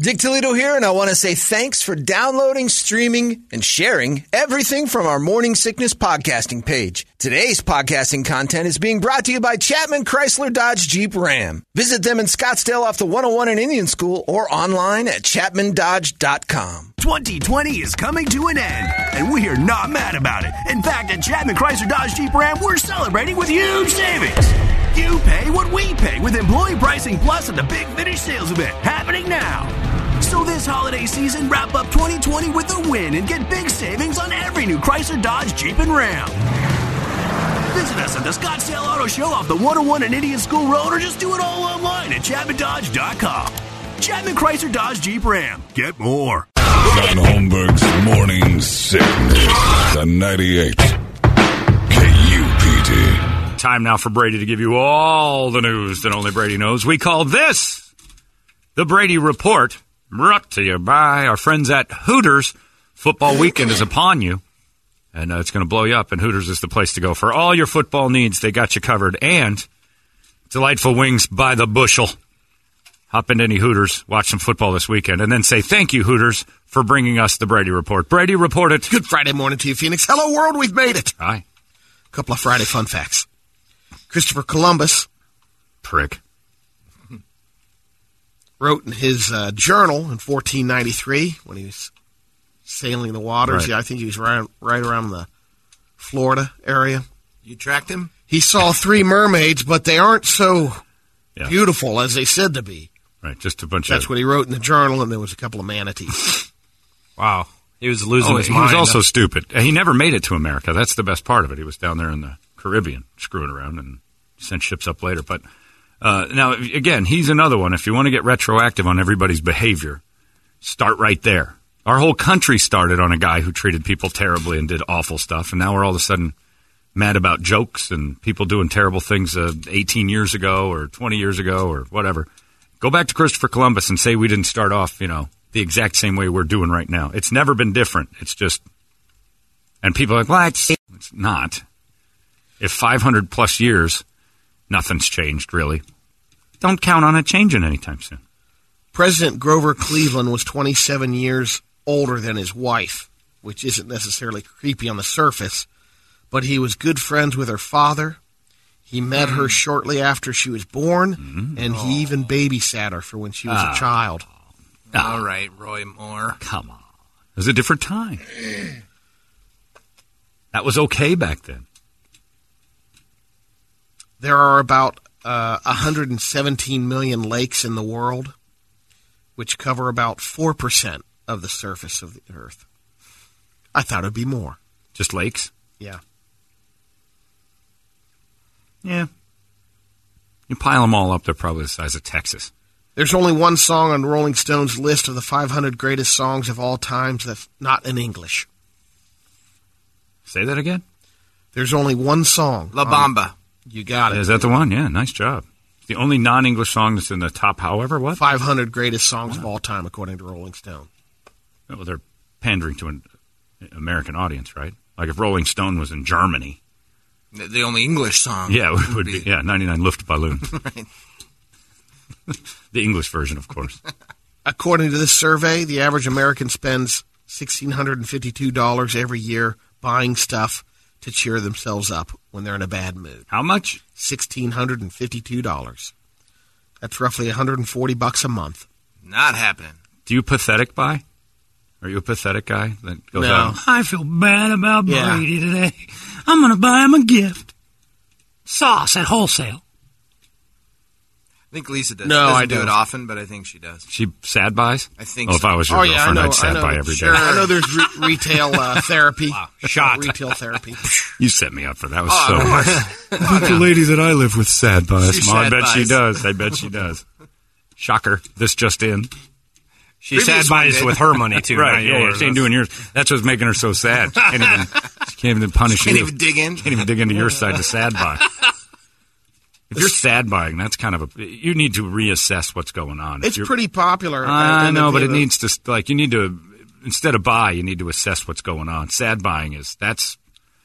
Dick Toledo here, and I want to say thanks for downloading, streaming, and sharing everything from our Morning Sickness podcasting page. Today's podcasting content is being brought to you by Chapman Chrysler Dodge Jeep Ram. Visit them in Scottsdale off the 101 in Indian School or online at chapmandodge.com. 2020 is coming to an end, and we are not mad about it. In fact, at Chapman Chrysler Dodge Jeep Ram, we're celebrating with huge savings. You pay what we pay with employee pricing plus at the Big Finish sales event happening now. So this holiday season, wrap up 2020 with a win and get big savings on every new Chrysler Dodge Jeep and Ram. Visit us at the Scottsdale Auto Show off the 101 and Indian School Road or just do it all online at ChapmanDodge.com. Chapman Chrysler Dodge Jeep Ram. Get more. John Holmberg's Morning Sickness, the 98 KUPD. Time now for Brady to give you all the news that only Brady knows. We call this the Brady Report, brought to you by our friends at Hooters. Football weekend is upon you, and uh, it's going to blow you up, and Hooters is the place to go for all your football needs. They got you covered, and delightful wings by the bushel. Hop into any Hooters, watch some football this weekend, and then say thank you, Hooters, for bringing us the Brady Report. Brady Report it. Good Friday morning to you, Phoenix. Hello, world. We've made it. Hi, A couple of Friday fun facts. Christopher Columbus prick. wrote in his uh, journal in 1493 when he was sailing the waters. Right. Yeah, I think he was right, right around the Florida area. You tracked him? He saw three mermaids, but they aren't so Yeah. beautiful as they said to be. Right, just a bunch That's of. what he wrote in the journal, and there was a couple of manatees. Wow. He was losing Oh, he was also stupid. He never made it to America. That's the best part of it. He was down there in the Caribbean screwing around and sent ships up later. But uh, now, again, he's another one. If you want to get retroactive on everybody's behavior, start right there. Our whole country started on a guy who treated people terribly and did awful stuff, and now we're all of a sudden mad about jokes and people doing terrible things uh, 18 years ago or 20 years ago or whatever. Go back to Christopher Columbus and say we didn't start off, you know, the exact same way we're doing right now. It's never been different. It's just, and people are like, well, it's, it's not. If 500 plus years, nothing's changed really. Don't count on it changing anytime soon. President Grover Cleveland was 27 years older than his wife, which isn't necessarily creepy on the surface, but he was good friends with her father. He met her shortly after she was born, and he even babysat her for when she was a child. All right, Roy Moore. Come on. It was a different time. That was okay back then. There are about uh, 117 million lakes in the world, which cover about 4% of the surface of the earth. I thought it would be more. Just lakes. Yeah. Yeah. You pile them all up, they're probably the size of Texas. There's only one song on Rolling Stone's list of the 500 greatest songs of all times that's not in English. Say that again? There's only one song. La on- Bamba. you got Is it. that the one? Yeah, nice job. The only non English song that's in the top, however, what? 500 greatest songs of all time, according to Rolling Stone. Well, Oh, they're pandering to an American audience, right? Like if Rolling Stone was in Germany. The the only English song. Yeah, it would be. Yeah, 99 Luftballon. the English version, of course. According to this survey, the average American spends $1,652 every year buying stuff to cheer themselves up when they're in a bad mood. How much? $1,652. That's roughly 140 bucks a month. Not happening. Do you pathetic buy? Are you a pathetic guy that goes No. out? I feel bad about Yeah. Brady today. I'm going to buy him a gift. Sauce at wholesale. I think Lisa does. No, Doesn't I do it don't. often, but I think she does. She sad buys? I think Oh, if so. I was your girlfriend, I'd sad buy every day. sure. I know there's re- retail uh, therapy. shot. Retail therapy. You set me up for that. That was so much. the lady that I live with sad buys. She's Ma, I sad bet she buys. does. I bet she does. Shocker. This just in. She sad Previous buys one, with her money too, right. not yeah, yours. She ain't doing yours. That's what's making her so sad. She can't even, she can't even punish Can't you. even dig in. can't even dig into your side to sad buy. If you're sad buying, that's kind of a. You need to reassess what's going on. If It's you're- pretty popular. I uh, in the know, but it theater. needs to like you need to instead of buy, you need to assess what's going on. Sad buying is that's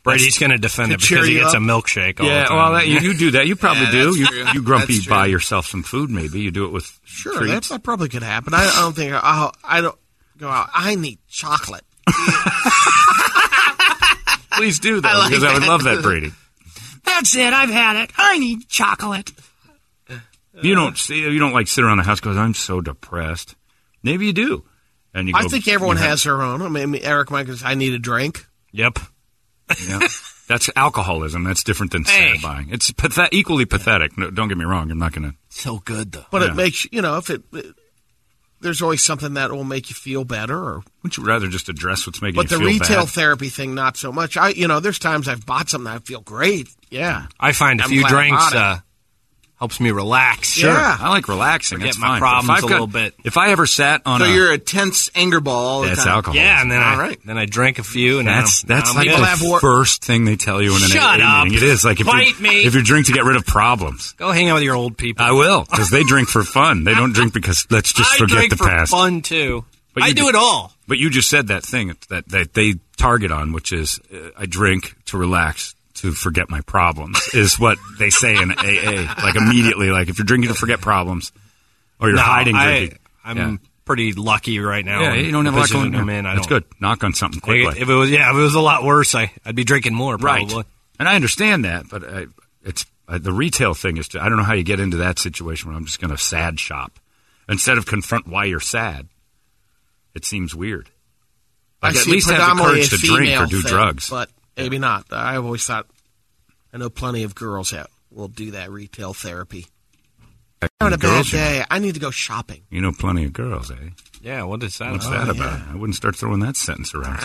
Brady's going to defend it To cheer because he you gets up. a milkshake. All the yeah. time. Well, that, you, you do that. You probably Yeah, do. that's You, true. you grumpy That's true. buy yourself some food. Maybe you do it with Sure, treats. That, that probably could happen. I, I don't think I'll, I don't go out. I need chocolate. Please do that because I would love that, Brady. That's it. I've had it. I need chocolate. You don't see. You don't like sit around the house because I'm so depressed. Maybe you do. And you. Go, I think everyone you have- has their own. I mean, Eric Mike goes, I need a drink. yep. Yeah. That's alcoholism. That's different than Hey. sad buying. It's pathet- equally pathetic. No, don't get me wrong. I'm not going to. So good though. But Yeah. it makes, you know, if it, it- there's always something that will make you feel better. Or, Wouldn't you rather just address what's making but the you feel retail bad? therapy thing, not so much. I, you know, there's times I've bought something I feel great. Yeah. I find a I'm few glad I drinks bought it. uh, helps me relax. Sure. Yeah. I like relaxing. Forget That's my fine. But if problems I've a got- little bit. If I ever sat on So a, you're a tense anger ball all the that's time. alcoholism. Yeah, and then I All right. then I drank a few, and um, That's now, that's now like I'm the good. have wor- first thing they tell you in an Shut AA up. meeting. It is like if Bite you me. if you drink to get rid of problems. go hang out with your old people. I will because they drink for fun. They don't drink because let's just I forget drink the for past. fun too. But I you do, do- it all. But you just said that thing that that they target on, which is uh, I drink to relax. To forget my problems is what they say in AA. Like immediately, like if you're drinking to forget problems, or you're No, hiding I, drinking. I'm Yeah. pretty lucky right now. yeah, in you don't have a the lot position going I'm in. I That's don't- good. Knock on something Like, quickly. if it was yeah, if it was a lot worse, I, I'd be drinking more probably. And I understand that, but I, it's uh, the retail thing is. To, I don't know how you get into that situation where I'm just going to sad shop instead of confront why you're sad. It seems weird. Like, I at see least have the predominantly courage to a drink or female do thing, drugs. But maybe not. I've always thought, I know plenty of girls that will do that retail therapy. Having a bad girls, you know. day. I need to go shopping. you know, plenty of girls, eh? Yeah, what is that? What's about? that Oh, about? I wouldn't start throwing that sentence around.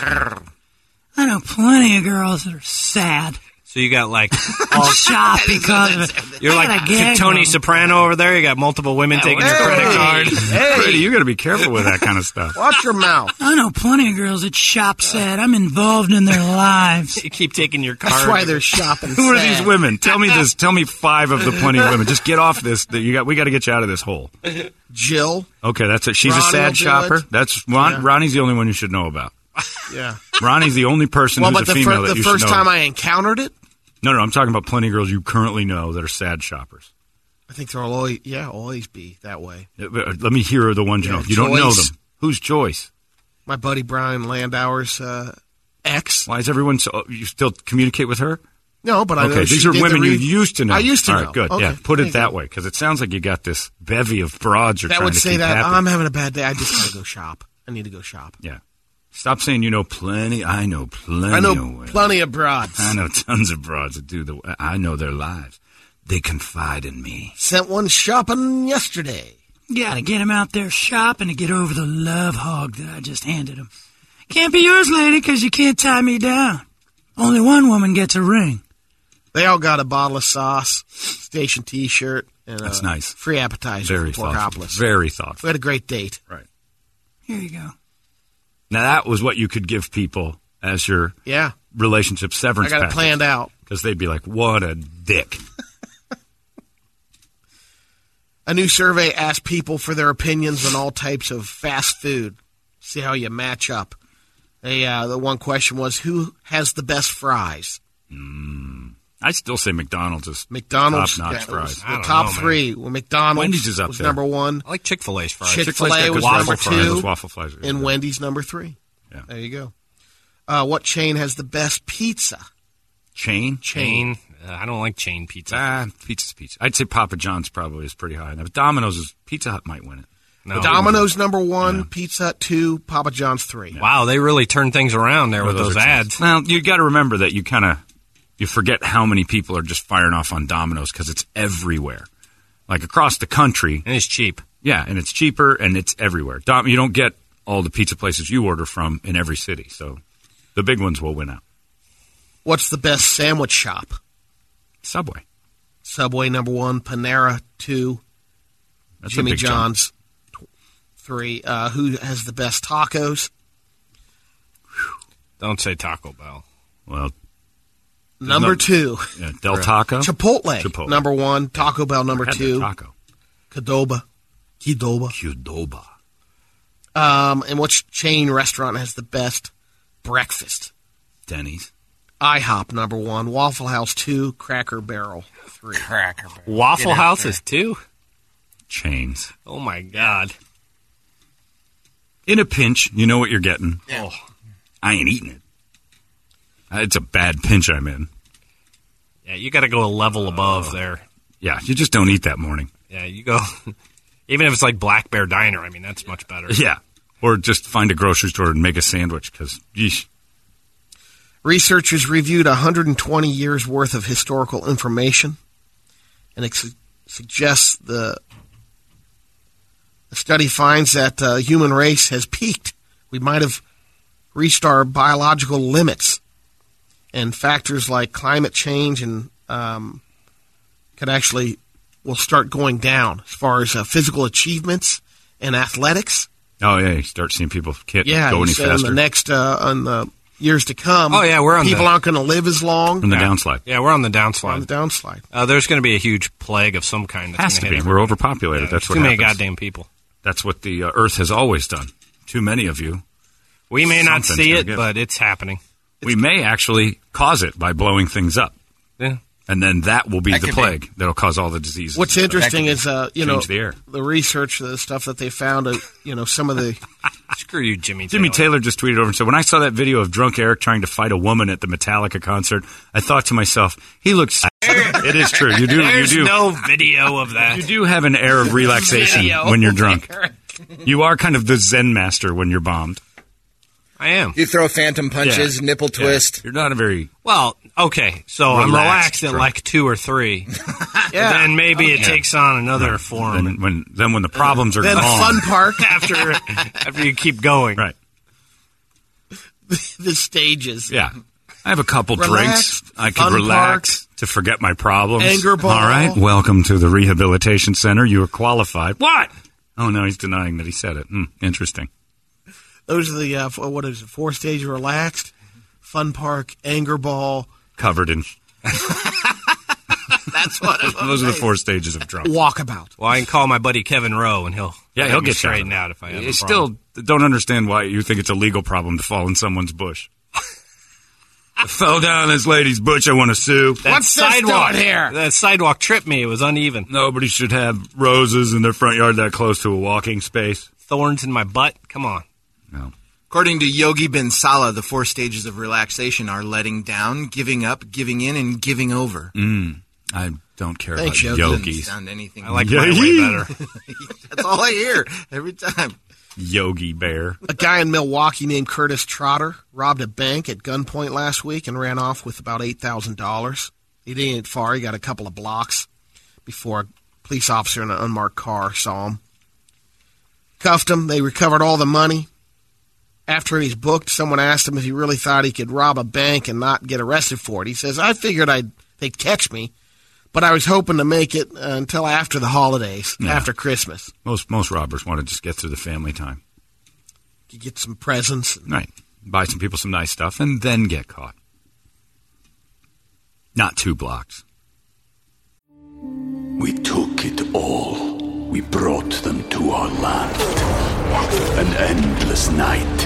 I know plenty of girls that are sad. So you got like all Shop because of it. You're I like got a gag Tony on. Soprano over there. You got multiple women taking your credit card. Brady, you got to be careful with that kind of stuff. Watch your mouth. I know plenty of girls that shop sad. I'm involved in their lives. You keep taking your card. That's why they're shopping. Who are sad. these women? Tell me this. Tell me five of the plenty of women. Just get off this. That you got. We got to get you out of this hole. Jill. Okay, that's it. She's Ronnie a will sad do shopper. it. That's Ron, Yeah. Ronnie's the only one you should know about. Yeah. Ronnie's the only person Well, who's but the, a female fir- that the you first should know. time I encountered it, no, no, I'm talking about plenty of girls you currently know that are sad shoppers. I think there'll always, yeah, always be that way. Uh, uh, Let me hear the ones you Yeah, know. If you don't know Joyce. them, who's Joyce? My buddy Brian Landauer's uh, ex. Why is everyone so? uh, You still communicate with her? No, but I know okay, she these are did the women re- you used to know. I used to All know. right, good. Okay, Yeah, put there it you that go. way because it sounds like you got this bevy of broads you're That trying would to say keep that happy. I'm having a bad day. I just gotta go shop. I need to go shop. yeah. Stop saying you know plenty. I know plenty. I of know women. plenty of broads. I know tons of broads that do the. I know their lives. They confide in me. Sent one shopping yesterday. Gotta get them out there shopping to get over the love hog that I just handed them. Can't be yours, lady, because you can't tie me down. Only one woman gets a ring. They all got a bottle of sauce, station T-shirt, and That's a nice. Free appetizer Very for thoughtful. Porkopolis. Very we thoughtful. had a great date. Right. Here you go. Now that was what you could give people as your Yeah, relationship I severance got it planned out. because they'd be like, "What a dick." A new survey asked people for their opinions on all types of fast food. See how you match up. They, uh, the one question was who has the best fries? I still say McDonald's is McDonald's, top notch yeah, it was fries. I The don't top know, man. three. Well, McDonald's Wendy's is up was there. number one, I like Chick Fil A's fries. Chick- Chick-fil-A's Chick-fil-A got was good number waffle fries. two, Those waffle fries. are and good. Wendy's number three. Yeah. There you go. Uh, what chain has the best pizza? chain chain. Uh, I don't like chain pizza. Ah, pizza's pizza. I'd say Papa John's probably is pretty high. Now, Domino's is Pizza Hut might win it. No. Domino's number one, Pizza Hut two, Papa John's three. Wow, they really turned things around there with Those those, are ads. Well, you got to remember that you kind of you forget how many people are just firing off on Domino's because it's everywhere, like across the country, and it's cheap. Yeah, and it's cheaper, and it's everywhere. Dom, you don't get all the pizza places you order from in every city, so the big ones will win out. What's the best sandwich shop? Subway. Subway number one, Panera two, That's a Jimmy big jump. John's tw- three. Uh, who has the best tacos? Don't say Taco Bell. Well, Number no- two, Yeah, Del Taco? Chipotle, Chipotle. number one, Taco Bell number Had that two, taco, Cadoba, Qdoba, Qdoba. Um, and which chain restaurant has the best breakfast? Denny's. IHOP number one, Waffle House two, Cracker Barrel three. Cracker Barrel. Waffle Get out House there. is two. chains. Oh my god! In a pinch, you know what you're getting. Oh. I ain't eating it. Uh, It's a bad pinch I'm in. Oh. Yeah, you got to go a level above there. Yeah, you just don't eat that morning. Yeah, you go. Even if it's like Black Bear Diner, I mean that's much better. Yeah, or just find a grocery store and make a sandwich because Researchers reviewed 120 years worth of historical information, and it su- suggests the, the study finds that uh, human race has peaked. We might have reached our biological limits, and factors like climate change and um, could actually will start going down as far as uh, physical achievements and athletics. oh yeah, you start seeing people can't Yeah, go and any so in faster. the next uh, on the years to come. Oh, yeah, we're on people the- aren't going to live as long. In the downslide. Yeah, we're on the downslide. on the downslide. Uh, there's going to be a huge plague of some kind. That's Has to gonna be. hit We're everybody. overpopulated. Yeah, That's there's what too many happens. goddamn people. That's what the uh, Earth has always done. Too many of you. We may not Something's see gonna it, give. but it's happening. we may actually cause it by blowing things up. Yeah. And then that will be That the could be. plague that'll cause all the diseases. What's and stuff. interesting is, uh, you know, Change the air. research, the stuff that they found, uh, you know, some of the Screw you, Jimmy. Jimmy Taylor just tweeted over and said, When I saw that video of drunk Eric trying to fight a woman at the Metallica concert, I thought to myself, he looks. s- it is true. You do. There's you do. no video of that. you do have an air of relaxation Video. when you're drunk. You are kind of the Zen master when you're bombed. I am. You throw phantom punches, Yeah. nipple Yeah. twist. You're not a very Well, okay, so I'm relaxed Relaxed drunk. at like two or three. Then maybe it Okay. takes on another No. form. Then when then when the problems are Then gone, the fun park after after you keep going. Right. the stages. Yeah. I have a couple Relax, drinks. I can fun relax to forget my problems. Anger ball. All right. Welcome to the rehabilitation center. You are qualified. What? Oh no, he's denying that he said it. Hmm, interesting. Those are the uh, f- what is it? Four stage relaxed, fun park, anger ball, Covered in. That's what it Those are the four stages of drunk. walkabout. Well, I can call my buddy Kevin Rowe, and he'll Yeah, let he'll me get you straightened out, out, of it. if I have I a still don't understand why you think it's a legal problem to fall in someone's bush. I fell down this lady's bush. I want to sue. That sidewalk That sidewalk tripped me. It was uneven. Nobody should have roses in their front yard that close to a walking space. Thorns in my butt. Come on. According to Yogi Binsala, the four stages of relaxation are letting down, giving up, giving in, and giving over. Mm, I don't care Thanks, about Yogi. yogis. Doesn't sound anything I like my way better. That's all I hear every time. Yogi Bear. A guy in Milwaukee named Curtis Trotter robbed a bank at gunpoint last week and ran off with about eight thousand dollars. He didn't get far; he got a couple of blocks before a police officer in an unmarked car saw him, cuffed him. They recovered all the money. After he's booked, someone asked him if he really thought he could rob a bank and not get arrested for it. He says, "I figured I'd they'd catch me, but I was hoping to make it uh, until after the holidays, Yeah. after Christmas, Most most robbers want to just get through the family time, to get some presents." right? Buy some people some nice stuff, and then get caught. Not two blocks. We took it all. We brought them to our land. An endless night,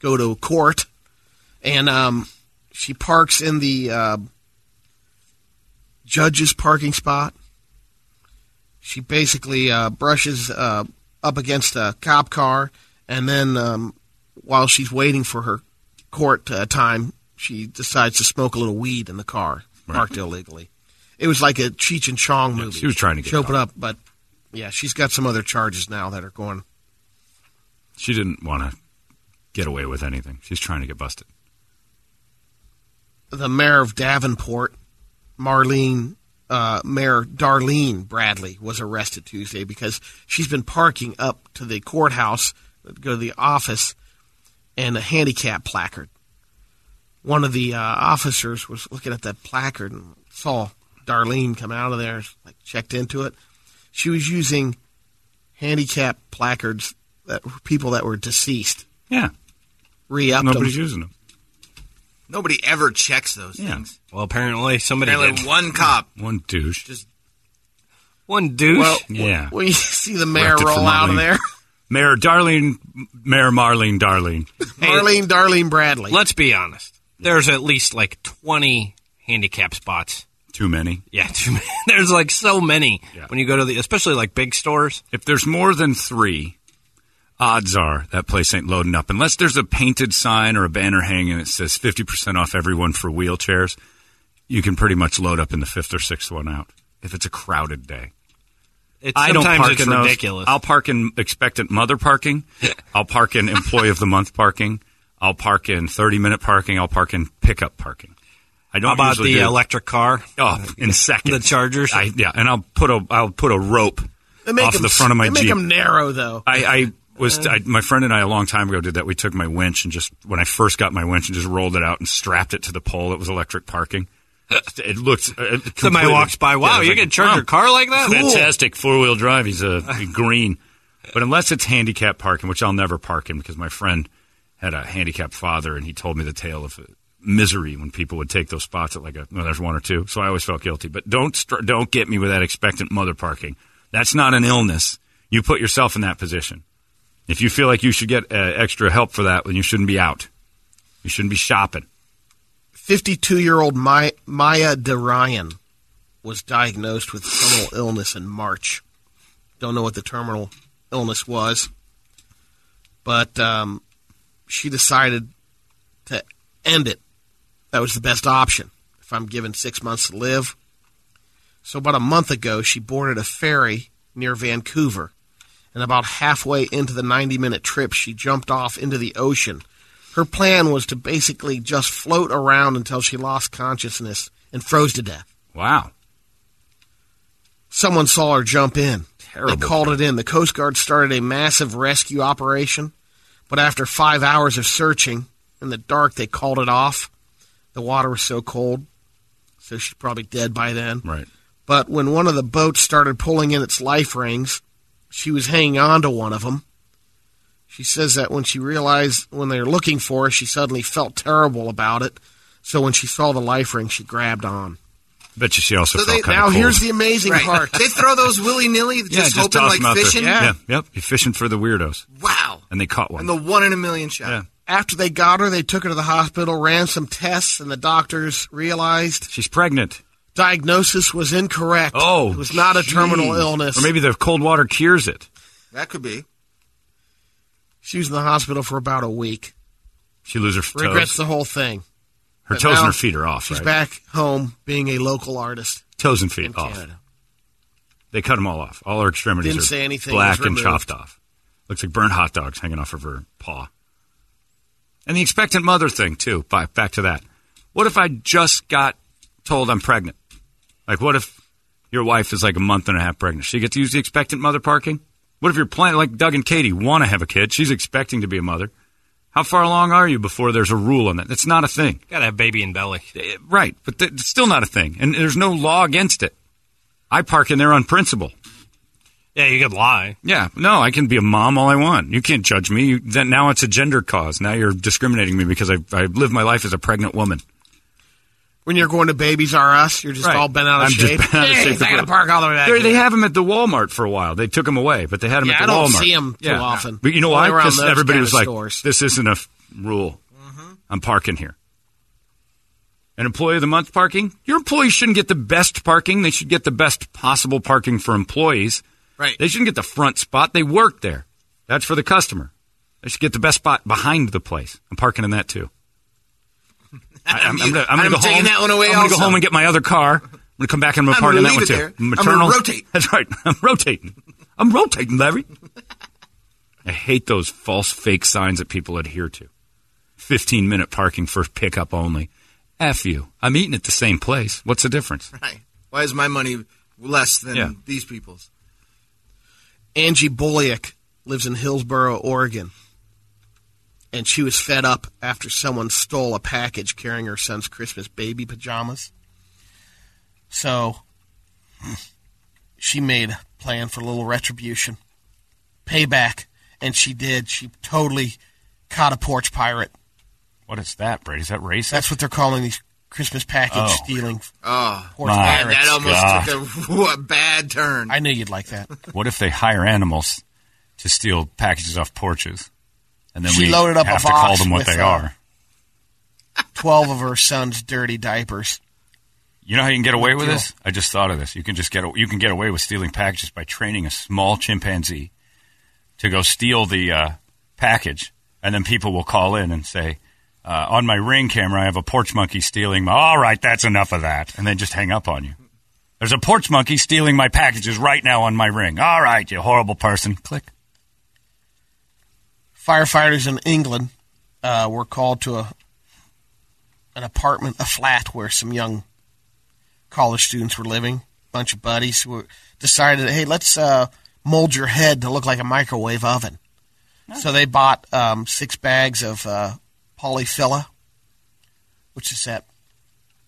go to court, and um, she parks in the uh, judge's parking spot. She basically uh, brushes uh, up against a cop car, and then um, while she's waiting for her court uh, time, she decides to smoke a little weed in the car, Right. parked illegally. It was like a Cheech and Chong movie. she was trying to get she opened up, but yeah, she's got some other charges now that are going. She didn't want to get away with anything. She's trying to get busted. the mayor of Davenport, Marlene, uh, Mayor Darlene Bradley, was arrested Tuesday because she's been parking up to the courthouse, go to the office, and a handicap placard. One of the uh, officers was looking at that placard and saw Darlene come out of there, like checked into it. She was using handicap placards that were people that were deceased. Yeah, re-upped Nobody's them. using them. Nobody ever checks those things. Well, apparently somebody Apparently did. one cop. One douche. Just One douche. Well, Yeah. When you see the mayor Erected for roll out of Marlene. there, Mayor Darlene, Mayor Marlene Darlene. Marlene Darlene Bradley. Let's be honest. There's at least like 20 handicap spots. Too many. Yeah, too many. there's like so many when you go to the, especially like big stores. If there's more than three, odds are that place ain't loading up. Unless there's a painted sign or a banner hanging that says 50% off everyone for wheelchairs, you can pretty much load up in the fifth or sixth one out if it's a crowded day. It's, I don't sometimes park it's in those. ridiculous. I'll park in expectant mother parking. I'll park in employee of the month parking. I'll park in 30 minute parking. I'll park in pickup parking. I don't How about usually the do- electric car? Oh, in seconds. Uh, The Chargers? I, yeah, and I'll put a I'll put a rope They make off them, the front of my they make jeep. them Uh. narrow though. I, I was I, my friend and I a long time ago did that. We took my winch and just when I first got my winch and just rolled it out and strapped it to the pole that was electric parking. It looked. uh, It Somebody completely- walks by. Yeah, Wow, it was you like, can charge wow, your car like that? Fantastic four wheel drive. He's a green, but unless it's handicap parking, which I'll never park in because my friend had a handicapped father and he told me the tale of misery when people would take those spots at like a well, there's one or two. So I always felt guilty. But don't str- don't get me with that expectant mother parking. That's not an illness. You put yourself in that position. If you feel like you should get uh, extra help for that, then you shouldn't be out. You shouldn't be shopping. Fifty-two-year-old My, Maya DeRyan was diagnosed with terminal illness in March. Don't know what the terminal illness was, but um, she decided to end it. That was the best option. If I'm given six months to live. So about a month ago, she boarded a ferry near Vancouver, and about halfway into the 90-minute trip, she jumped off into the ocean. Her plan was to basically just float around until she lost consciousness and froze to death. Wow. Someone saw her jump in. Terrible. They called it in. The Coast Guard started a massive rescue operation, but after five hours of searching in the dark, they called it off. The water was so cold, so she's probably dead by then. Right. But when one of the boats started pulling in its life rings, she was hanging on to one of them. She says that when she realized when they were looking for her, she suddenly felt terrible about it. So when she saw the life ring, she grabbed on. Bet you she also So felt they, kinda now cold. here's the amazing Right. part. They throw those willy nilly, just, yeah, just hoping toss 'em out like there. fishing. Yeah. yep. You're fishing for the weirdos. Wow. And they caught one. And the one in a million shot. Yeah. After they got her, they took her to the hospital, ran some tests, and the doctors realized She's pregnant. diagnosis was incorrect. Oh, it was not a terminal geez. illness. Or maybe the cold water cures it. That could be. she was in the hospital for about a week. She loses her Regrets toes. the whole thing. Her But toes and now her feet are off. She's right? back home being a local artist Toes and in feet off. Canada. They cut them all off. All her extremities Didn't are say anything. black It was and removed. chopped off. Looks like burnt hot dogs hanging off of her paw. And the expectant mother thing too. Back back to that. What if I just got told I'm pregnant? Like, what if your wife is like a month and a half pregnant? She gets to use the expectant mother parking. What if you're planning like Doug and Katie want to have a kid? She's expecting to be a mother. How far along are you before there's a rule on that? That's not a thing. Gotta have baby in belly. Eh, Right, but th- it's still not a thing, and there's no law against it. I park in there on principle. Yeah, you could lie. Yeah, no, I can be a mom all I want. You can't judge me. You, then now it's a gender cause. Now you're discriminating me because I I live my life as a pregnant woman. When you're going to Babies R Us, you're just Right. all bent out of I'm shape. Just bent out of Hey, shape. I gotta park all the way back. They, they here. have them at the Walmart for a while. They took them away, but they had them Yeah, at the I don't Walmart. see 'em too often. But you know Only why? around 'Cause those everybody kinda was like, stores. Mm-hmm. "This isn't a f- rule. I'm parking here." An employee of the month parking. Your employees shouldn't get the best parking. They should get the best possible parking for employees. Right. They shouldn't get the front spot. They work there. That's for the customer. They should get the best spot behind the place. I'm parking in that too. I, I'm, I'm, gonna- I'm gonna I'm go taking home. that one away I'm gonna also. go home and get my other car. I'm gonna come back and I'm gonna I'm park in gonna that one leave too. it there. I'm gonna rotate. That's right. I'm rotating. I'm rotating, Larry. I hate those false fake signs that people adhere to. 15 minute parking for pickup only. F you. I'm eating at the same place. What's the difference? Right. Why is my money less than Yeah. these people's? Angie Bulliak lives in Hillsboro, Oregon. And she was fed up after someone stole a package carrying her son's Christmas baby pajamas. So she made a plan for a little retribution, payback, and she did. She totally caught a porch pirate. What is that, Brady? Is that racist? That's what they're calling these Christmas package Oh. stealing. Oh, Porch My Man, pirates. that almost God. took a, a bad turn. I knew you'd like that. What if they hire animals to steal packages off porches? And then She we loaded up a have to call box them what with, they uh, are. 12 of her son's dirty diapers. You know how you can get away with Deal. this? I just thought of this. You can just get a- you can get away with stealing packages by training a small chimpanzee to go steal the uh, package, and then people will call in and say, uh, "On my ring camera, I have a porch monkey stealing my." All right, that's enough of that, and then just hang up on you. There's a porch monkey stealing my packages right now on my ring. All right, you horrible person. Click. firefighters in England uh, were called to a an apartment, a flat where some young college students were living. bunch of buddies who were, decided, hey, let's uh, mold your head to look like a microwave oven. So they bought um, six bags of uh, polyphila, which is that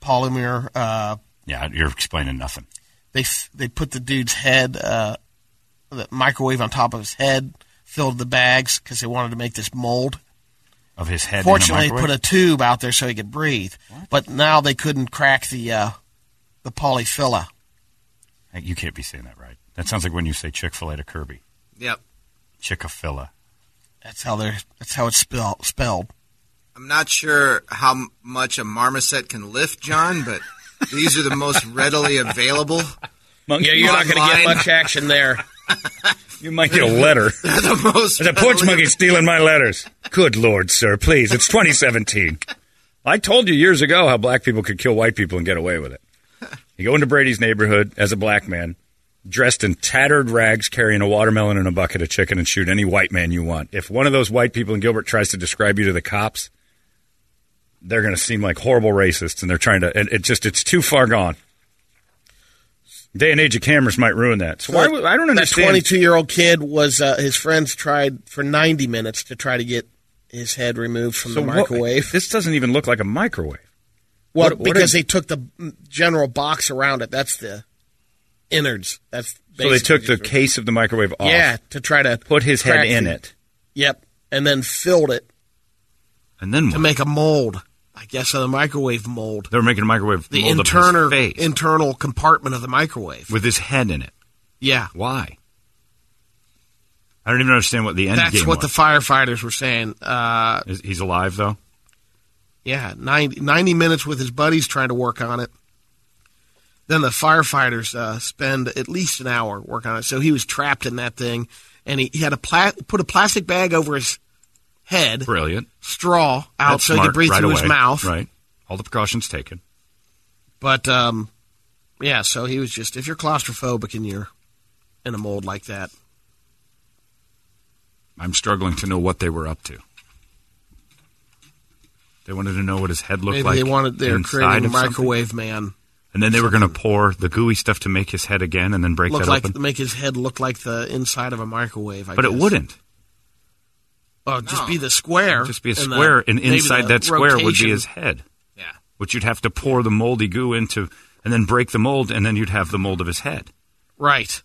polymer. Uh, Yeah, you're explaining nothing. they f- they put the dude's head, uh, the microwave on top of his head, filled the bags because they wanted to make this mold. of his head. Fortunately, in a put a tube out there so he could breathe. But now they couldn't crack the uh, the polyphila. a. You can't be saying that right. That sounds like when you say Chick Fil A to Kirby. Yep. Chick fil A. That's how they're. That's how it's spell, spelled. I'm not sure how m- much a marmoset can lift, John, but these are the most readily available. Monkey, gonna get Online. much action there. You might get a letter. They're the most. There's a porch monkey stealing my letters. Good lord, sir, please. It's 2017. I told you years ago how black people could kill white people and get away with it. You go into Brady's neighborhood as a black man, dressed in tattered rags, carrying a watermelon and a bucket of chicken, and shoot any white man you want. If one of those white people in Gilbert tries to describe you to the cops, they're going to seem like horrible racists, and they're trying to. And it just, it's too far gone. Day and age of cameras might ruin that. So why, would- I don't That understand. twenty-two-year-old kid was. Uh, his friends tried for ninety minutes to try to get his head removed from the what- microwave. this doesn't even look like a microwave. well, what- what because is- they took the mm, general box around it. That's the innards. That's So they took the basically- case of the microwave off. yeah to try to Put his head crack in the- it. Yep, and then filled it And then to make a mold. I guess of the microwave mold, They were making a microwave the mold internal of his face internal compartment of the microwave. with his head in it. Yeah, Why? I don't even understand what the end that's game what the was. firefighters were saying. Uh, Is- He's alive though. yeah, 90, 90 minutes with his buddies trying to work on it. Then the firefighters uh, spend at least an hour working on it. So he was trapped in that thing, and he, he had a pla- put a plastic bag over his head, Brilliant. straw out That's so he smart, could breathe right through away. his mouth. Right. All the precautions taken. But um, yeah, so he was just if you're claustrophobic and you're in a mold like that, I'm struggling to know what they were up to. They wanted to know what his head looked maybe like. they wanted they're inside creating a of something. microwave man and then they were going to pour the gooey stuff to make his head again, and then break look that like open. make his head look like the inside of a microwave. I But it guess. wouldn't. Oh, just be the square. Just be a and the- square, and maybe inside the that square would rotation. be his head. Yeah. Which you'd have to pour the moldy goo into, and then break the mold, and then you'd have the mold of his head. right.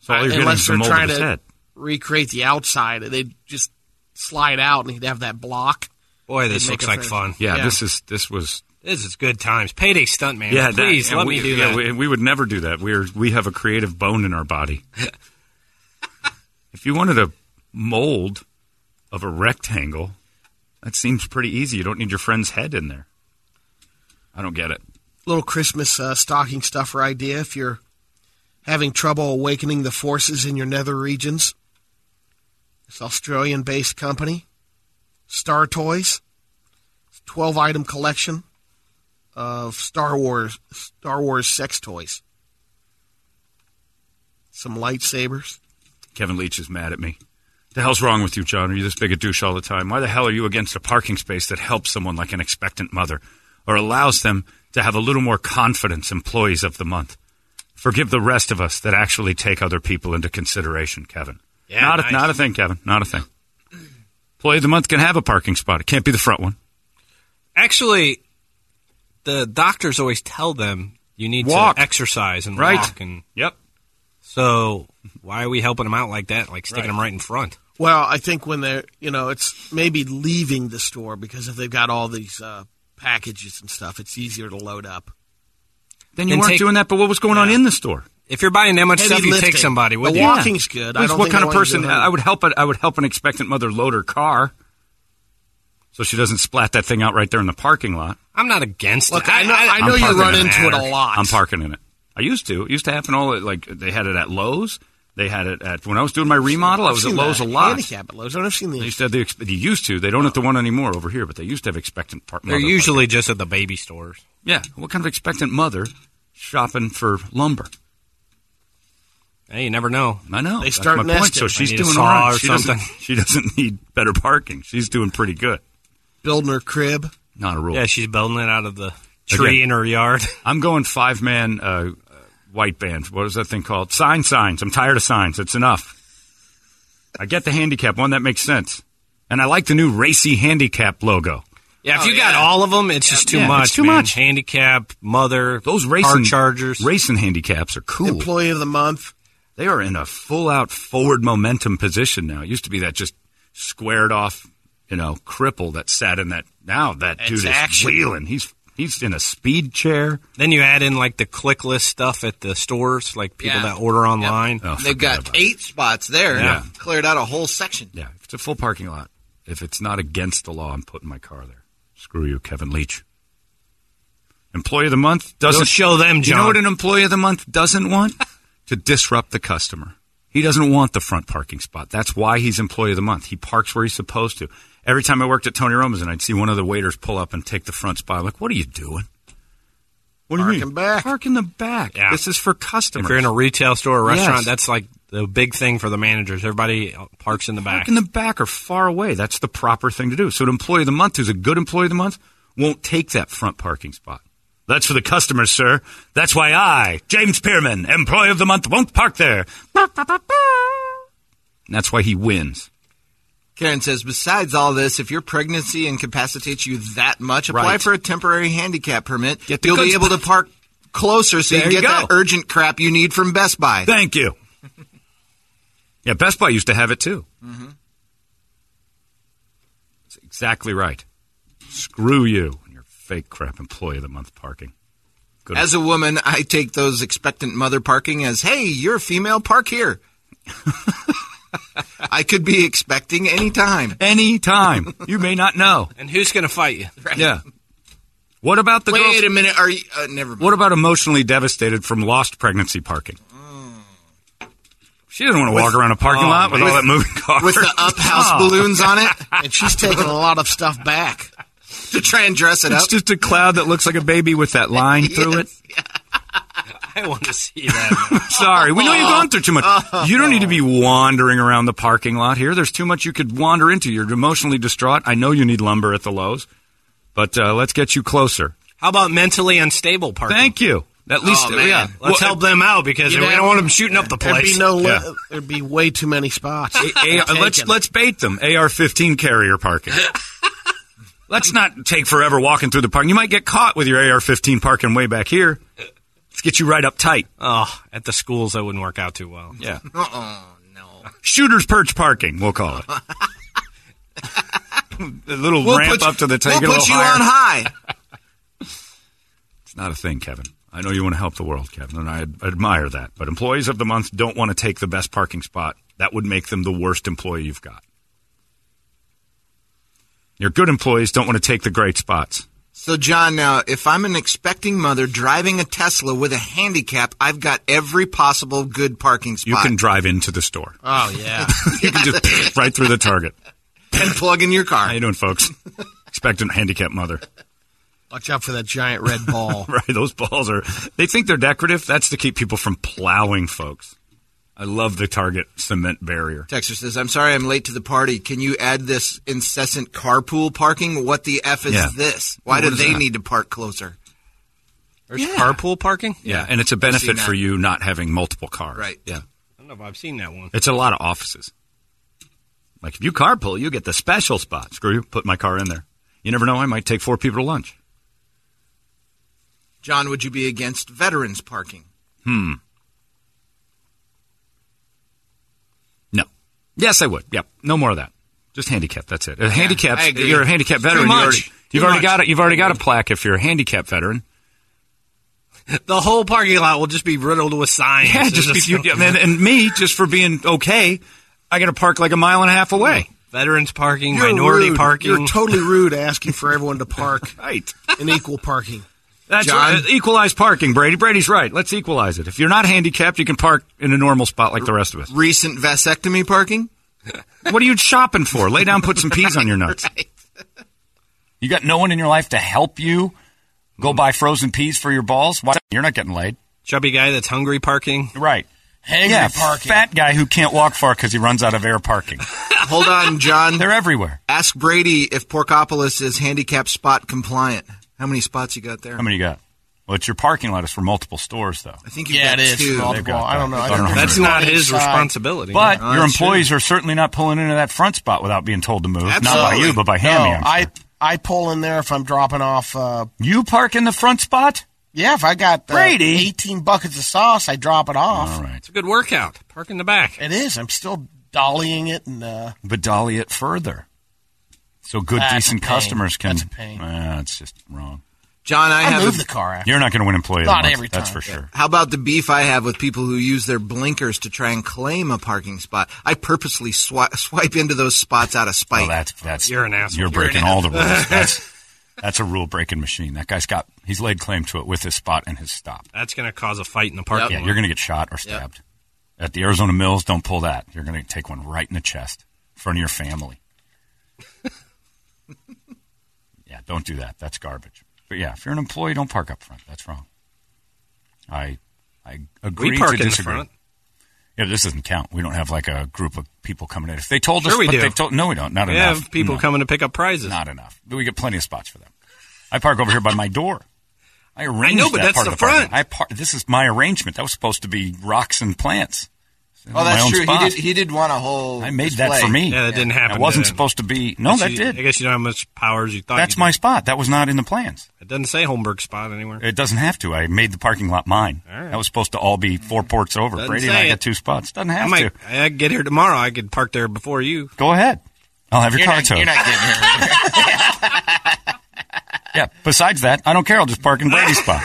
So all you're getting Unless is the they're mold of trying his to head. recreate the outside, they'd just slide out and he'd have that block. Boy, this They'd make looks a like fair- fun. Yeah, yeah. this is this was This is good times. Payday stunt man. yeah, that- please and let we, me do yeah, that. We, we would never do that. We're we have a creative bone in our body. if you wanted a mold of a rectangle, that seems pretty easy. You don't need your friend's head in there. I don't get it. little Christmas uh, stocking stuffer idea if you're having trouble awakening the forces in your nether regions. This Australian based company, Star Toys, 12 item collection of Star Wars Star Wars sex toys. Some lightsabers. Kevin Leach is mad at me. The hell's wrong with you, John? Are you this big a douche all the time? Why the hell are you against a parking space that helps someone like an expectant mother or allows them to have a little more confidence employees of the month? Forgive the rest of us that actually take other people into consideration, Kevin. Yeah, not, nice. a, not a thing, Kevin. Not a thing. Employee of the month can have a parking spot. It can't be the front one. Actually, the doctors always tell them you need Walk. to exercise and Right. walk. And yep. So why are we helping them out like that? Like sticking Right. them right in front. Well, I think when they're, you know, it's maybe leaving the store because if they've got all these uh, packages and stuff, it's easier to load up. Then you weren't doing that. But what was going on in the store? If you're buying that much Heavy stuff, you lifting. take somebody. with The you. walking's good. I What- don't what think kind I of wanna person? do that. I would help. A, I would help an expectant mother load her car, so she doesn't splat that thing out right there in the parking lot. I'm not against Look, it. I know- I I'm know you parking run in into it a Anarchy. lot. I'm parking in it. I used to. It used to happen all at, like they had it at Lowe's. They had it at when I was doing my remodel. I I've was at seen Lowe's that. a lot. Handicap at Lowe's. I've never seen They these. used to have the. ex- They used to. They don't have the one anymore over here, but they used to have expectant part. They're mother usually just at the baby stores. parking. Yeah. What kind of expectant mother shopping for lumber? Hey, you never know. I know. They That's start my point. nesting. So I she's need a doing saw all right. or she doesn't- something. she doesn't need better parking. She's doing pretty good. building her crib. Not a rule. Yeah, she's building it out of the tree Again. in her yard. I'm going five man uh, uh, white band. What is that thing called? Sign signs. I'm tired of signs. It's enough. I get the handicap one. That makes sense. And I like the new racy handicap logo. Yeah, if you got all of them, it's just too Yeah, much. it's too man. much. Handicap, mother, Those car racing chargers. racing handicaps are cool. Employee of the month. They are in a full out forward momentum position now. It used to be that just squared off, you know, cripple that sat in that. Now that It's dude action. is wheeling. He's he's in a speed chair. Then you add in like the clickless stuff at the stores, like people Yeah. that order online. Oh, They've forget got about it. eight spots there. Yeah. Cleared out a whole section. Yeah, if it's a full parking lot, if it's not against the law, I'm putting my car there. Screw you, Kevin Leach. Employee of the month doesn't Don't show them, You know John. what an employee of the month doesn't want? to disrupt the customer. He doesn't want the front parking spot. That's why he's employee of the month. He parks where he's supposed to. Every time I worked at Tony Roma's and I'd see one of the waiters pull up and take the front spot, I'm like, what are you doing? What do Park you mean? him back. Park in the back. Yeah. This is for customers. If you're in a retail store or Yes. restaurant, that's like the big thing for the managers. Everybody parks in the back. Park in the back or far away. That's the proper thing to do. So an employee of the month who's a good employee of the month won't take that front parking spot. That's for the customers, sir. That's why I, James Pierman, employee of the month, won't park there. And That's why he wins. Karen says, besides all this, if your pregnancy incapacitates you that much, apply Right. for a temporary handicap permit. Get the You'll be goods- able to park closer so you There can you get that go. urgent crap you need from Best Buy. Thank you. Yeah, Best Buy used to have it too. That's exactly right. Screw you and your fake crap employee of the month parking. Good As a woman, I take those expectant mother parking as, hey, you're a female, park here. I could be expecting any time. any time. You may not know. and who's going to fight you? Yeah. What about the girl? Wait a minute, are you? Uh, never mind. What about emotionally devastated from lost pregnancy parking? She doesn't want to walk around a parking oh, lot with man. all that moving cars. With the up house Oh, balloons on it And she's taking a lot of stuff back. to try and dress it It's up. just a cloud that looks like a baby with that line through it. I want to see that. man. Sorry, we know you've gone through too much. Oh, You don't need to be wandering around the parking lot here. There's too much you could wander into. You're emotionally distraught. I know you need lumber at the Lowe's, but uh, let's get you closer. How about mentally unstable parking? Thank you. At least, man. yeah. Let's help them out because You'd we have- don't want them shooting up the There'd place. be no. li- Yeah. there'd be way too many spots. A- A- let's Taken. let's bait them. AR-15 carrier parking. let's not take forever walking through the park. You might get caught with your AR-15 parking way back here. Let's get you right up tight. oh, at the schools, that wouldn't work out too well. Yeah, oh, no. shooter's perch parking. We'll call it. A little ramp put, up to the we'll take. it a put little you higher. on high. It's not a thing, Kevin. I know you want to help the world, Kevin, and I ad- admire that. But employees of the month don't want to take the best parking spot. That would make them the worst employee you've got. Your good employees don't want to take the great spots. So, John, now, if I'm an expecting mother driving a Tesla with a handicap, I've got every possible good parking spot. You can drive into the store. Uh, Oh, yeah. You can just right through the target. And plug in your car. How you doing, folks? Expectant handicapped mother. Watch out for that giant red ball. right, those balls are. They think they're decorative. That's to keep people from plowing, folks. I love the Target cement barrier. Texter says, I'm sorry I'm late to the party. Can you add this incessant carpool parking? What the F is Yeah. this? Why What do is they that? need to park closer? There's carpool parking. Yeah, and it's a I've benefit seen for that. you not having multiple cars. Right. Yeah. I don't know if I've seen that one. It's a lot of offices. Like if you carpool, you get the special spot. Screw you, put my car in there. You never know, I might take four people to lunch. John, would you be against veterans parking? Hmm. No. Yes, I would. Yep. No more of that. Just handicap. That's it. A handicap. I agree. You're a handicap Too veteran. much. Too You already, you've already much. got it. You've already got a plaque if you're a handicap veteran. The whole parking lot will just be riddled with signs. Yeah, just It's be, you, and, and me just for being okay. I got to park like a mile and a half away. veterans parking, You're minority rude. parking. You're totally rude asking for everyone to park right in equal parking. That's John? right. Equalize parking, Brady. Brady's right. Let's equalize it. If you're not handicapped, you can park in a normal spot like the rest of us. Recent vasectomy parking? What are you shopping for? Lay down, put some peas on your nuts. You got no one in your life to help you go buy frozen peas for your balls? Why you're not getting laid? Chubby guy that's hungry parking. Right. Hangry yeah, parking. fat guy who can't walk far because he runs out of air parking. Hold on, John. They're everywhere. Ask Brady if Porkopolis is handicap spot compliant. How many spots you got there? How many you got? Well, it's your parking lot is for multiple stores, though. I think you got two. They've got that. It's on her. That's not his responsibility. But Yeah. your employees are certainly not pulling into that front spot without being told to move. Not by Absolutely. you, but by no, Hammy. I'm I sure. I pull in there if I'm dropping off. Uh, you park in the front spot? yeah, if I got uh, Brady. 18 buckets of sauce, I drop it off. All right. It's a good workout. Park in the back. It is. I'm still dollying it, and uh, But dolly it further. So good, That's a decent pain. customers can. That's a pain. Ah, it's just wrong. John, I, I, have. move a- the car. After. You're not going to win employee of the Not month, every That's time, for yeah. sure. How about the beef I have with people who use their blinkers to try and claim a parking spot? I purposely swi- swipe into those spots out of Oh, spite. that's that's You're an asshole. You're You're an breaking all the rules. That's that's a rule breaking machine. That guy's got he's laid claim to it with his spot and his stop. That's going to cause a fight in the parking Yeah, lot. you're going to get shot or stabbed. At the Arizona Mills, don't pull that. You're going to take one right in the chest in front of your family. yeah, don't do that. That's garbage. But yeah, if you're an employee, don't park up front. That's wrong. I I agree we park to in the disagree. front. Yeah, this doesn't count. We don't have like a group of people coming in. If they told Sure us, we but do. they told no, we don't. Not We enough. have people No. coming to pick up prizes. Not enough. But we get plenty of spots for them. I park over here by my door. I arranged know, but that's that part the of the parking. front. I par- this is my arrangement. That was supposed to be rocks and plants. Oh, My that's own true. spot. He did. He did want a whole. I made that display. for me. Yeah, that didn't happen. That wasn't did it? supposed to be. No, Guess that you- did. I guess you don't have much power as you thought. That's you my spot. That was not in the plans. Did. It doesn't say Holmberg spot anywhere. It doesn't have to. I made the parking lot mine. All right. That was supposed to all be four ports over. Doesn't Brady and I say got it. two spots. Doesn't I have might. to. I get here tomorrow. I could park there before you. Go ahead. I'll have your You're car not, towed. you're not getting here. Yeah. Besides that, I don't care. I'll just park in Brady's spot.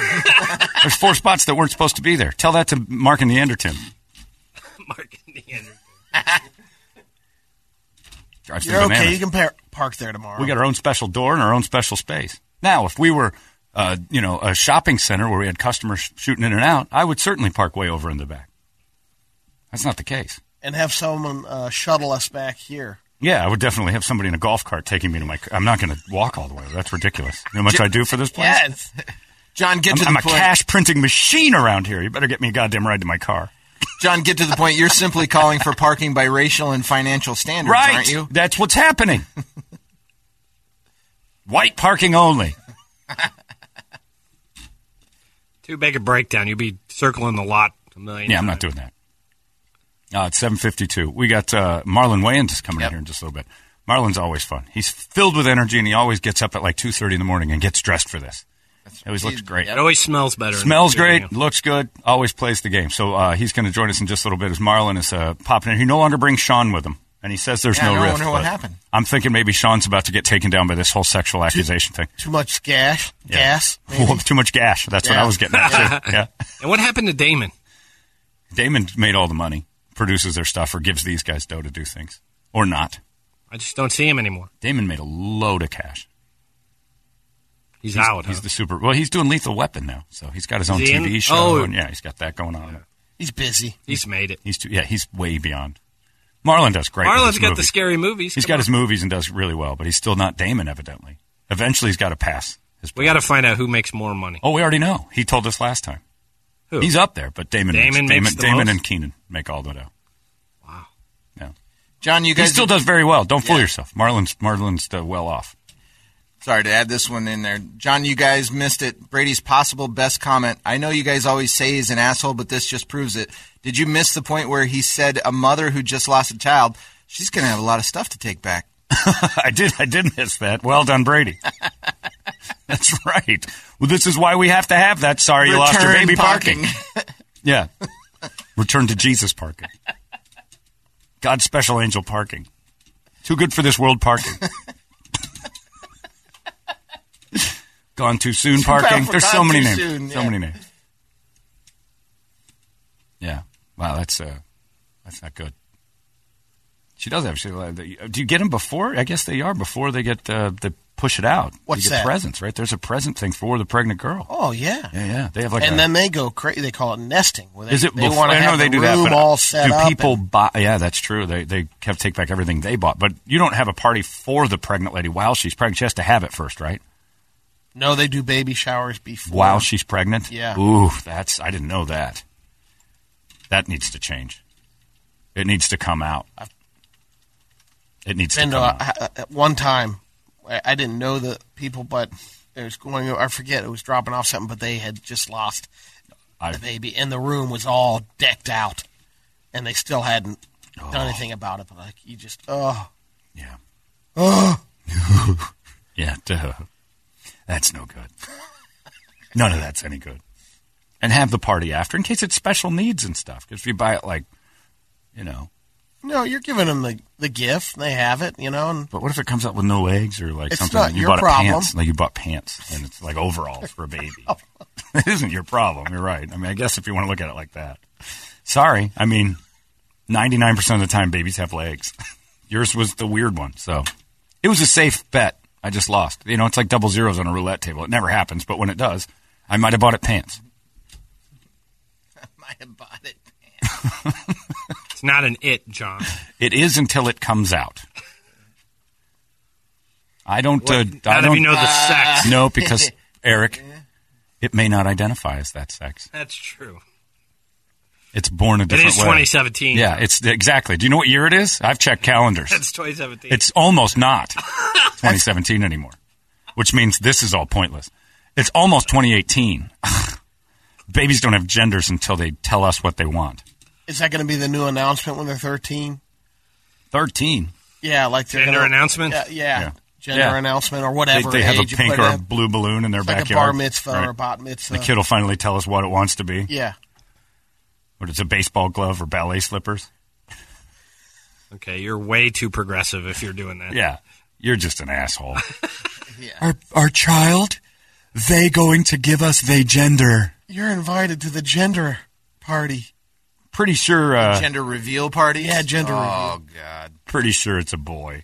There's four spots that weren't supposed to be there. Tell that to Mark and the Enderton. Mark in the end. Drives You're them okay. bananas. You can par- park there tomorrow. We got our own special door and our own special space. Now, if we were, uh, you know, a shopping center where we had customers sh- shooting in and out, I would certainly park way over in the back. That's not the case. and have someone uh, shuttle us back here. Yeah, I would definitely have somebody in a golf cart taking me to my. c- I'm not going to walk all the way. That's ridiculous. You know how much I do for this place? Yes. John, get I'm, to the I'm a point. cash printing machine around here. You better get me a goddamn ride to my car. John, get to the point. You're simply calling for parking by racial and financial standards, right. aren't you? That's what's happening. White parking only. Too big a breakdown. You'd be circling the lot a million. Yeah, I'm not times. doing that. Uh, it's 7:52. We got uh, Marlon Wayans coming in Yep. here in just a little bit. Marlon's always fun. He's filled with energy, and he always gets up at like 2:30 in the morning and gets dressed for this. He always looks great. It always smells better. in Smells the studio. great, looks good, always plays the game. So uh, he's going to join us in just a little bit as Marlon is uh, popping in. He no longer brings Sean with him. And he says there's Yeah, no no, I rift. wonder what but happened. I'm thinking maybe Sean's about to get taken down by this whole sexual accusation thing. Too much gash. Gas. Well, too much gash. That's what Yeah. I was getting at, too. Yeah. And what happened to Damon? Damon made all the money, produces their stuff, or gives these guys dough to do things. Or not. I just don't see him anymore. Damon made a load of cash. He's, out. He's huh? the super. Well, he's doing Lethal Weapon now, so he's got his Is own he in? TV show. Oh. and yeah, he's got that going on. He's busy. He's made it. He's too, yeah, he's way beyond. Marlon does great. with Marlon's his got the movies. scary movies. He's Come got on. his movies and does really well, but he's still not Damon, evidently. Eventually, he's got to pass. His We got to find out who makes more money. oh, we already know. He told us last time. Who? He's up there, but Damon, Damon makes makes, Damon, the Damon most? and Keenan make all the dough. Wow. Yeah. John, you he guys still does very well. Don't fool yourself. Marlon's Marlon's uh, well off. Sorry to add this one in there. John, you guys missed it. Brady's possible best comment. I know you guys always say he's an asshole, but this just proves it. Did you miss the point where he said a mother who just lost a child, she's going to have a lot of stuff to take back? I did. I did miss that. Well done, Brady. That's right. Well, this is why we have to have that. Sorry, you lost your Return baby parking. Yeah. Return to Jesus parking. God's special angel parking. Too good for this world parking. Gone too soon parking. for There's so gone many too names. soon, So yeah. many names. Yeah. Wow, that's uh that's not good. She does have. She, uh, do you get them before? I guess they are before they get uh, they push it out. What's you get that? Presents, right? There's a present thing for the pregnant girl. Oh yeah. Yeah, yeah. They have like and a, then they go crazy. They call it nesting. Where they, is it They before? want to I know have they the do room that, but all set do up people and- buy? Yeah, that's true. They they have to take back everything they bought, but you don't have a party for the pregnant lady while she's pregnant. She has to have it first, right? no, they do baby showers before. While she's pregnant. Yeah. Ooh, that's I didn't know that. That needs to change. It needs to come out. It needs to been come to out. a- at one time. I, I didn't know the people, but it was going. I forget it was dropping off something, but they had just lost I- the baby, and the room was all decked out, and they still hadn't Oh. done anything about it. But like you just, oh, Yeah. oh, Yeah, duh. that's no good. None of that's any good. And have the party after in case it's special needs and stuff. 'Cause if you buy it like, you know, no, you're giving them the the gift. and They have it, you know, and but what if it comes out with no eggs or like It's something not that you your bought a problem. pants, like you bought pants and it's like overalls for a baby? it isn't your problem. You're right. I mean, I guess if you want to look at it like that. Sorry. I mean, 99% of the time babies have legs. Yours was the weird one. So it was a safe bet. I just lost. You know, it's like double zeros on a roulette table. It never happens, but when it does, I might have bought it pants. might have bought it. It's not an it, John. It is until it comes out. I don't. Uh, I How do don't you know the sex? No, because Eric, it may not identify as that sex. That's true. It's born a It different is way. 2017. Yeah, it's exactly. Do you know what year it is? I've checked calendars. That's 2017. It's almost not 2017 anymore, which means this is all pointless. It's almost 2018. Babies don't have genders until they tell us what they want. Is that going to be the new announcement when they're 13? 13. Yeah, like they're Gender gonna, announcement? Yeah, yeah. Yeah. gender Yeah. announcement or They, whatever. they have a age you pink put or it a at. blue balloon in their It's like a backyard. bar mitzvah Right. or a bat mitzvah. The kid will finally tell us what it wants to be. Yeah, What it's a baseball glove or ballet slippers. okay, you're way too progressive if you're doing that. Yeah. You're just an asshole. Yeah. Our our child, they going to give us they gender. you're invited to the gender party. Pretty sure uh, gender reveal party? Yeah, gender Oh, God. pretty sure it's a boy.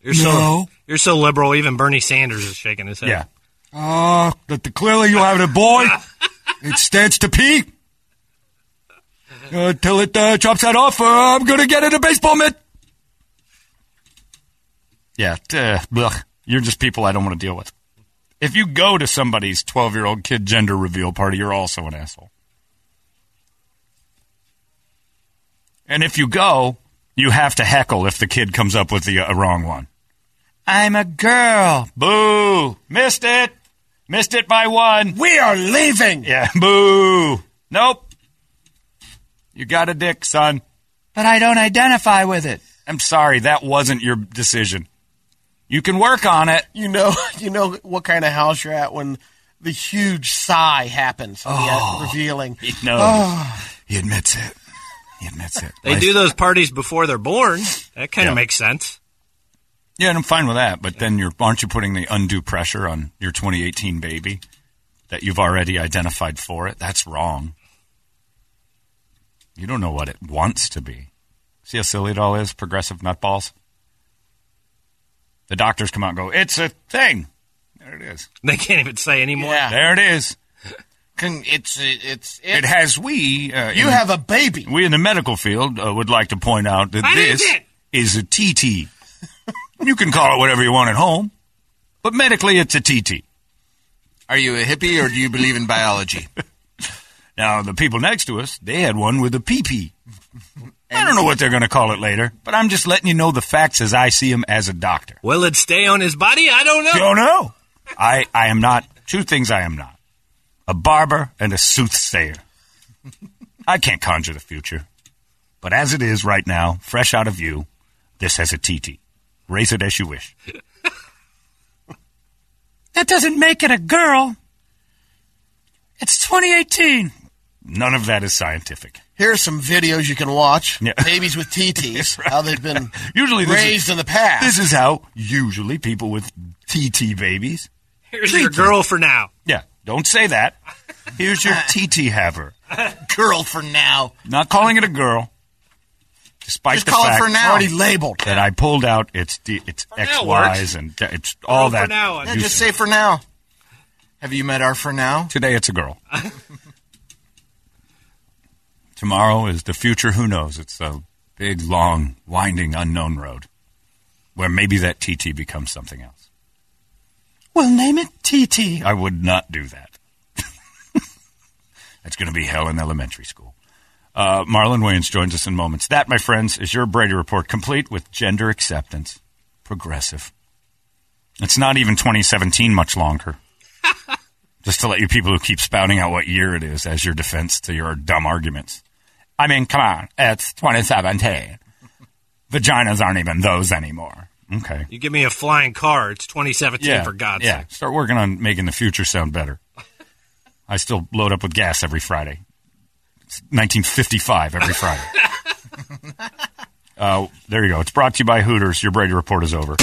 You're so you're so liberal. Even Bernie Sanders is shaking his head. Yeah. Oh, but the, clearly you have a boy. it stands to pee. Uh, till it uh, chops that off, uh, I'm going to get it a baseball mitt. Yeah, t- uh, blech. you're just people I don't want to deal with. If you go to somebody's 12 year old kid gender reveal party, you're also an asshole. And if you go, you have to heckle if the kid comes up with the uh, wrong one. I'm a girl. Boo. Missed it. Missed it by one. We are leaving. Yeah. Boo. Nope. You got a dick, son. But I don't identify with it. I'm sorry. That wasn't your decision. You can work on it. You know, you know what kind of house you're at when the huge sigh happens. Oh, revealing. Ah. He knows. He admits it. He admits it. They do those parties before they're born. That kind of Yeah. makes sense. Yeah, and I'm fine with that. But then you're aren't you putting the undue pressure on your 2018 baby that you've already identified for it? That's wrong. You don't know what it wants to be. See how silly it all is, progressive nutballs. The doctors come out and go, "It's a thing." There it is. They can't even say anymore. Ah. There it is. Can, it's it's It has we. Uh, You in- have a baby. We in the medical field uh, would like to point out that I did this it. is a TT. you can call it whatever you want at home, but medically it's a TT. Are you a hippie or do you believe in biology? now, the people next to us, they had one with a PP. I don't know what they're going to call it later, but I'm just letting you know the facts as I see them as a doctor. Will it stay on his body? I don't know. Don't know. I, I am not, two things I am not a barber and a soothsayer. I can't conjure the future. But as it is right now, fresh out of you, this has a TT. Raise it as you wish. That doesn't make it a girl. It's 2018. None of that is scientific. Here are some videos you can watch. Yeah. Babies with TTs, how they've been Usually, this raised is, in the past. This is how usually people with TT babies. Here's your girl for now. Yeah, don't say that. Here's your TT haver. girl for now. Not calling it a girl, despite Just the call it fact for now. Already labeled. that I pulled out. It's D, it's X now Y's and d- it's all that. Yeah, you- just say for now. Have you met our for now? Today it's a girl. Tomorrow is the future. Who knows? It's a big, long, winding, unknown road where maybe that TT becomes something else. We'll name it TT. I would not do that. That's going to be hell in elementary school. Uh, Marlon Wayans joins us in moments. That, my friends, is your Brady Report, complete with gender acceptance. Progressive. It's not even 2017 much longer. Just to let you people who keep spouting out what year it is as your defense to your dumb arguments. I mean, come on, it's 2017. Vaginas aren't even those anymore. Okay. You give me a flying car. It's 2017 for God's yeah. sake. Start working on making the future sound better. I still load up with gas every Friday. It's 1955 every Friday. uh, there you go. It's brought to you by Hooters. Your Brady report is over.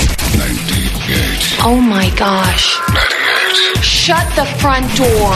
Oh my gosh. Shut the front door.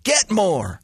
Get more.